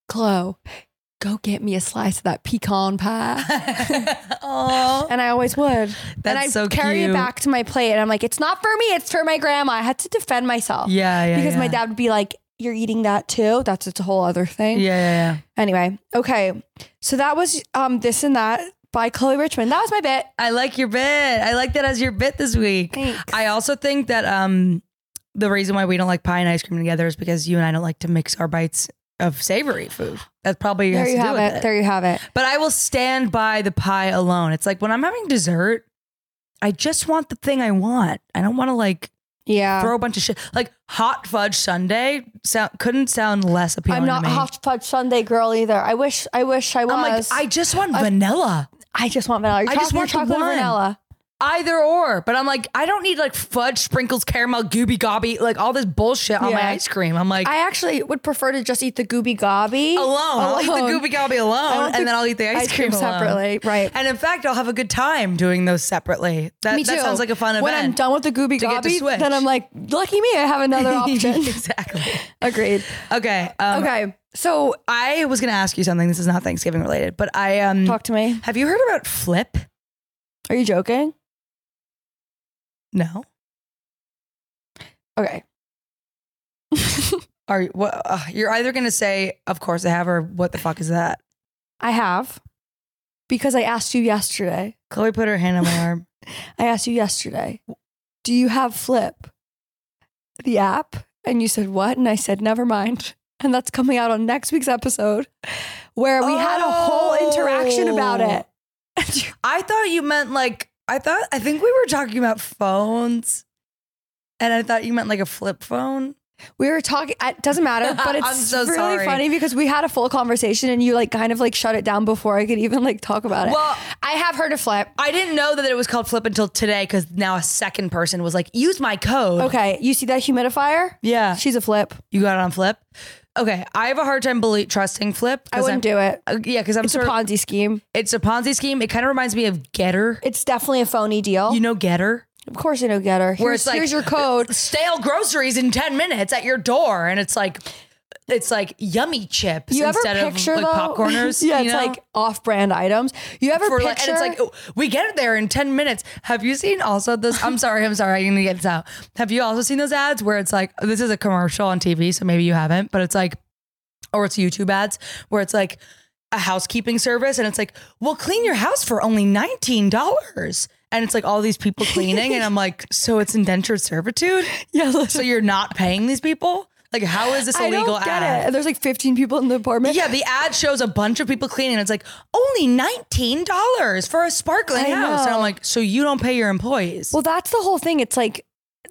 Chloe, go get me a slice of that pecan pie.
Oh,
And I always would. and
That's
I'd
so
carry it
cute.
back to my plate. And I'm like, it's not for me, it's for my grandma. I had to defend myself.
yeah, yeah.
because my
yeah.
dad would be like, you're eating that too. That's it's a whole other thing.
Yeah, yeah, yeah.
Anyway, okay. So that was um this and that by Chloe Richmond. That was my bit.
I like your bit. I like that as your bit this week.
Thanks.
I also think that um the reason why we don't like pie and ice cream together is because you and I don't like to mix our bites of savory food. That's probably
there
has
you
to do
have
with
it. There you have it.
But I will stand by the pie alone. It's like when I'm having dessert, I just want the thing I want. I don't want to like
Yeah.
throw a bunch of shit. Like hot fudge sundae sound, couldn't sound less appealing.
I'm not
to
a
me.
hot fudge Sunday girl either. I wish I wish I
I'm like
was.
I just want vanilla,
I just want vanilla. You're
I just
talking
want the
chocolate or
one.
vanilla.
either or. But I'm like I don't need like fudge sprinkles, caramel, gooby gobby, like all this bullshit on my
Yeah.
ice cream. I'm like
I actually would prefer to just eat the gooby gobby
alone. I'll eat the
alone.
gooby gobby alone,
want
and
the
then I'll eat the ice, cream, alone.
separately. Right.
And in fact, I'll have a good time doing those separately. That,
me too.
that sounds like a fun event.
When I'm done with the gooby
to get to
gobby,
switch.
then I'm like, lucky me, I have another option.
exactly.
Agreed.
Okay. Um,
Okay. So
I was going to ask you something. This is not Thanksgiving related, but I um.
talk to me.
have you heard about Flip?
Are you joking?
No.
Okay.
Are you? What, uh, you're either going to say, "Of course I have," or "What the fuck is that?"
I have. because I asked you yesterday.
Chloe put her hand on my arm.
I asked you yesterday, do you have Flip, the app? And you said, what? And I said, never mind. And that's coming out on next week's episode where we had a whole interaction about it.
Oh.
And you-
I thought you meant like I thought I think we were talking about phones. And I thought you meant like a flip phone.
we were talking, it doesn't matter, but
I'm
it's
so
really
sorry.
funny because we had a full conversation and you like kind of like shut it down before I could even like talk about it.
Well-
I have heard of Flip.
I didn't know that it was called flip until today because now a second person was like, use my code.
Okay. You see that humidifier?
Yeah.
She's a Flip.
You got it on flip? Okay. I have a hard time belie- trusting flip.
I wouldn't do it.
do Yeah, because I'm
It's a
sort of-
Ponzi scheme.
it's a Ponzi scheme. It kind of reminds me of Getter.
It's definitely a phony deal.
You know Getter?
Of course, I know getter.
Where
Here's,
it's like-
here's your code.
Stale groceries in 10 minutes at your door. And it's like it's like yummy chips
You ever
instead
picture
of like
though-
popcorners.
yeah,
you
it's
know?
like off-brand items. You ever
for
picture?
like, and it's like oh, we get there in 10 minutes have you seen also this i'm sorry i'm sorry i need to get this out have you also seen those ads where it's like this is a commercial on tv so maybe you haven't but it's like or it's youtube ads where it's like a housekeeping service and it's like we'll clean your house for only $19 and it's like all these people cleaning and i'm like so it's indentured servitude
yeah,
so you're not paying these people like how is this a
I
legal
don't get
ad
it. And there's like 15 people in the apartment.
yeah, the ad shows a bunch of people cleaning. It's like only nineteen dollars for a sparkling
I
house, and
know.
I'm like, so you don't pay your employees?
Well, that's the whole thing. It's like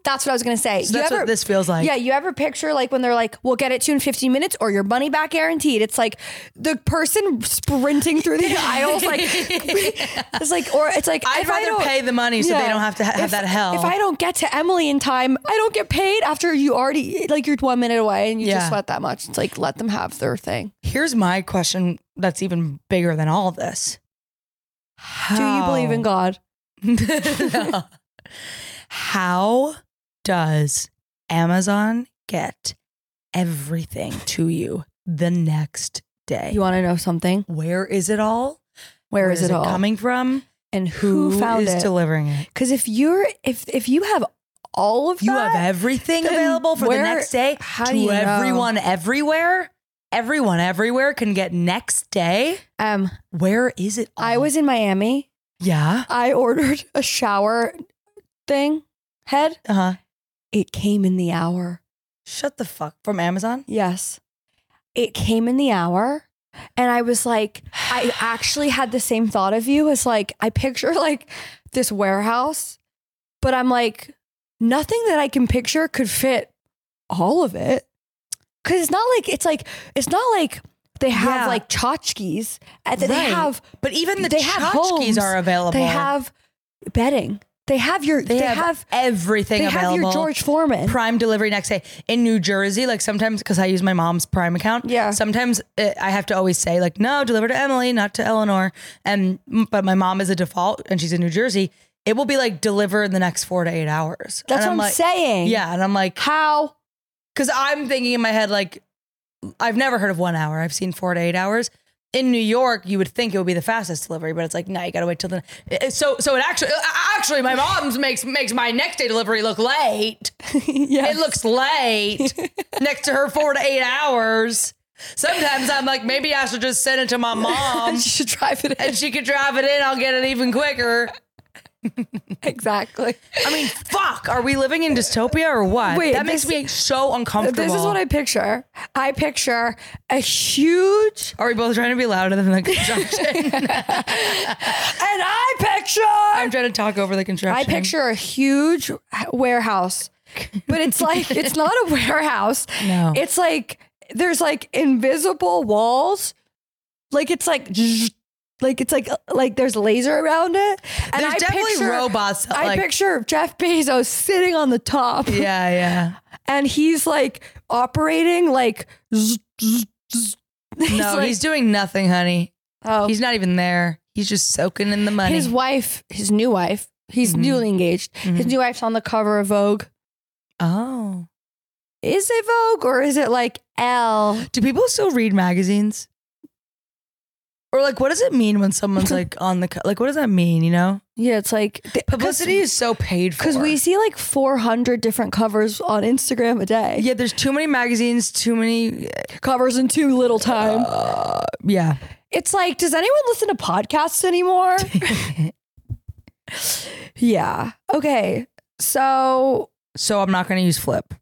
that's what I was gonna say.
So that's what this feels like.
Yeah, you ever picture like when they're like, "We'll get it to you in 15 minutes, or your money back guaranteed." It's like the person sprinting through the aisles, like it's like, or it's like
I'd
if I
rather
don't-
pay the money so they
Yeah.
don't have to ha- have
If-
that hell.
If I don't get to Emily in time, I don't get paid after you already like you're one minute away and you
Yeah.
just sweat that much. It's like let them have their thing.
Here's my question that's even bigger than all of this.
Do
Oh.
you believe in God?
God? How does Amazon get everything to you the next day?
You want to know something?
Where is it all?
Where is, it, all?
coming from?
and who, found
is
it?
delivering it?
Because if you're if if you have all of
You
that,
have everything
then
available for the
where-
next day
how
to
do you know?
everyone everywhere. Everyone everywhere can get next day.
um,
Where is it? All?
I was in Miami.
yeah.
I ordered a shower thing head.
Uh huh.
It came in the hour.
Shut the fuck from Amazon.
Yes. It came in the hour. And I was like, I actually had the same thought of you as like, I picture like this warehouse, but I'm like, nothing that I can picture could fit all of it. Cause it's not like, it's like, it's not like they have
Yeah.
like tchotchkes. Uh, They
Right.
have,
But even the
They have homes.
tchotchkes are available.
they have bedding. They have your,
They, have, everything
they
available.
have your George Foreman.
Prime delivery next day in New Jersey. Like sometimes, because I use my mom's Prime account.
Yeah.
Sometimes it, I have to always say like, no, deliver to Emily, not to Eleanor. And but my mom is a default, and she's in New Jersey. It will be like deliver in the next four to eight hours.
That's
And
what I'm
like-
saying.
Yeah, and I'm like,
How?
because I'm thinking in my head like, I've never heard of one hour. I've seen four to eight hours. In New York, you would think it would be the fastest delivery, but it's like, no, you gotta wait till the. it- it- So, so it actually, actually, my mom's makes makes my next day delivery look late.
yeah.
It looks late next to her four to eight hours. Sometimes I'm like, maybe I should just send it to my mom
you should drive it in.
and she could drive it in. I'll get it even quicker.
exactly.
I mean, fuck, are we living in dystopia or what?
Wait,
that makes
this-
me so uncomfortable.
This is what I picture. I picture a huge,
Are we both trying to be louder than the construction?
and I picture,
I'm trying to talk over the construction.
I picture a huge warehouse, but it's like it's not a warehouse.
No.
it's like there's like invisible walls, like it's like. zzz, Like it's like like there's laser around it, and
There's
I
definitely
picture,
robots that,
I
like-
picture Jeff Bezos sitting on the top,
Yeah, yeah.
and he's like operating like. zzz, zzz, zzz. He's
No,
like-
he's doing nothing, honey.
oh.
He's not even there. He's just soaking in the money.
His wife, his new wife, he's newly engaged. His new wife's on the cover of Vogue.
oh.
Is it Vogue or is it like Elle?
Do people still read magazines? Or like, what does it mean when someone's like on the co- like? What does that mean? You know,
Yeah, it's like
publicity is so paid for.
because we see like 400 different covers on Instagram a day.
yeah, there's too many magazines, too many.
Uh. Covers in too little time.
Yeah,
It's like, does anyone listen to podcasts anymore? yeah. Okay. So,
So I'm not going to use flip.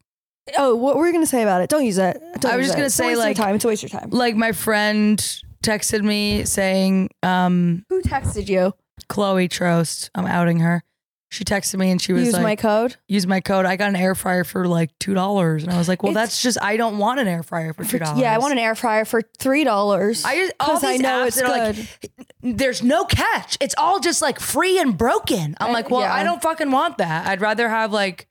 oh, what were you gonna say about it? Don't use it. Don't
I was
use
just
it.
gonna
It's a
say,
waste of your
like-
time. It's a waste of your time.
Like my friend texted me saying, um,
Who texted you?
Chloe Trost, I'm outing her. She texted me and she was
Use
like,
my code
use my code. I got an air fryer for like $2. And I was like, well,
It's-
that's just, I don't want an air fryer for $2.
Yeah, I want an air fryer for three dollars.
I just, all these apps that are like, there's no catch. It's all just like free and broken. I'm
Uh,
like, well,
yeah.
I don't fucking want that. I'd rather have like,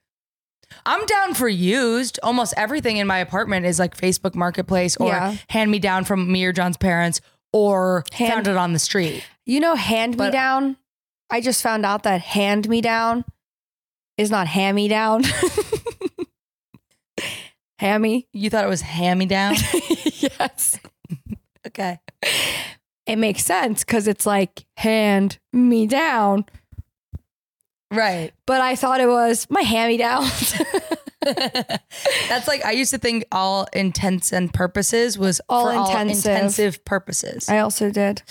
I'm down for used. Almost everything in my apartment is like Facebook Marketplace or
Yeah.
hand me down from me or John's parents or
Hand-
found it on the street.
you know, hand me
But-
down. I just found out that hand me down is not hand me down. Hammy.
You thought it was hand me down?
yes.
okay.
It makes sense because it's like hand me down.
Right.
But I thought it was my hand me downs.
That's like I used to think all intents and purposes was
All
for
intensive.
intensive purposes.
I also did.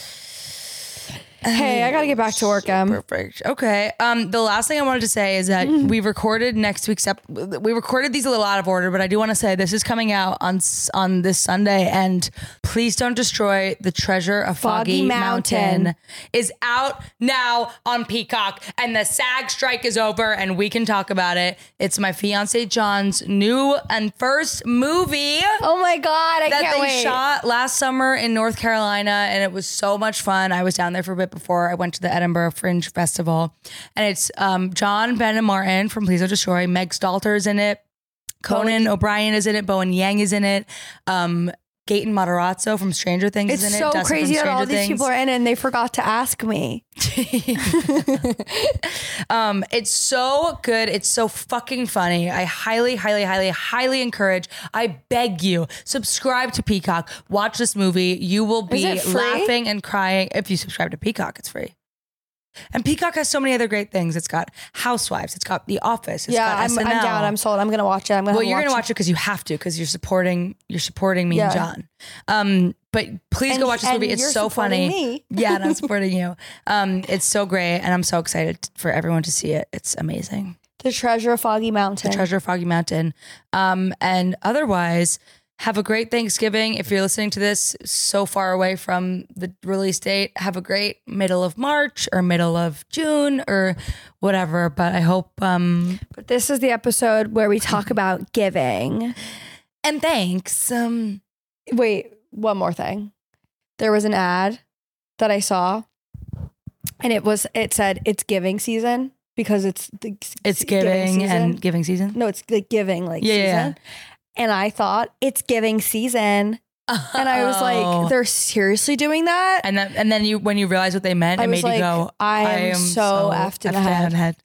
Hey, I gotta get back to work, Em.
Perfect. Okay. Um, the last thing I wanted to say is that
Mm.
we recorded next week's ep- we recorded these a little out of order, but I do want to say this is coming out on s- on this Sunday, and please don't destroy the treasure of Foggy,
Foggy
Mountain.
Mountain.
is out now on Peacock, and the SAG strike is over, and we can talk about it. It's my fiance John's new and first movie
Oh my god, I
that
can't
they
wait.
shot last summer in North Carolina, and it was so much fun. I was down there for a bit before I went to the Edinburgh Fringe Festival, and it's um, John, Ben, and Martin from Please Don't Destroy. Meg Stalter's in it. Conan O'Brien is in it. Bowen Yang is in it. Um, Gaten Matarazzo from Stranger Things
it's
is in
so
it. Dustin from
crazy that all
Stranger
these people
Things.
are in it and they forgot to ask me.
Um, it's so good. It's so fucking funny. I highly, highly, highly, highly encourage. I beg you, subscribe to Peacock. Watch this movie. You will be
it free?
laughing and crying if you subscribe to Peacock. It's free. And Peacock has so many other great things. It's got Housewives. It's got The Office. It's
yeah,
got
I'm,
SNL.
I'm down. I'm sold. I'm gonna watch it. I'm gonna
well,
have
you're gonna
it.
watch it because you have to because you're supporting you're supporting me and
Yeah.
John. Um, but please
And-
go watch this
and
movie. It's
you're
so funny.
supporting me.
yeah, and I'm supporting you. Um, it's so great, and I'm so excited for everyone to see it. It's amazing.
The Treasure of Foggy Mountain.
Treasure of Foggy Mountain. Um, and otherwise, have a great Thanksgiving. If you're listening to this so far away from the release date, have a great middle of March or middle of June or whatever. But I hope um
But this is the episode where we talk about giving.
and thanks. Um
Wait, one more thing. There was an ad that I saw, and it was it said it's giving season because it's the
it's
s-
giving,
season.
and giving season.
no, it's like giving like
Yeah, yeah, yeah.
season. And I thought it's giving season, and I was
Oh.
like, they're seriously doing that.
and then and then you when you realize what they meant,
I
it
was
made
like,
you go.
I am so effed in the head.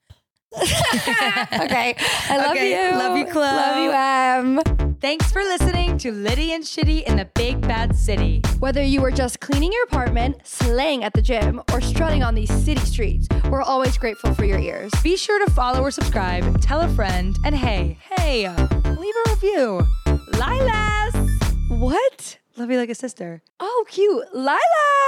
okay, I love
Okay,
you,
love you, Chloe.
love you, Em.
Thanks for listening to Liddy and Shitty in the Big Bad City.
Whether you were just cleaning your apartment, slaying at the gym, or strutting on these city streets, we're always grateful for your ears.
Be sure to follow or subscribe, tell a friend, and hey, hey, leave a review. Lilas!
What?
Love you like a sister.
Oh, cute. Lila!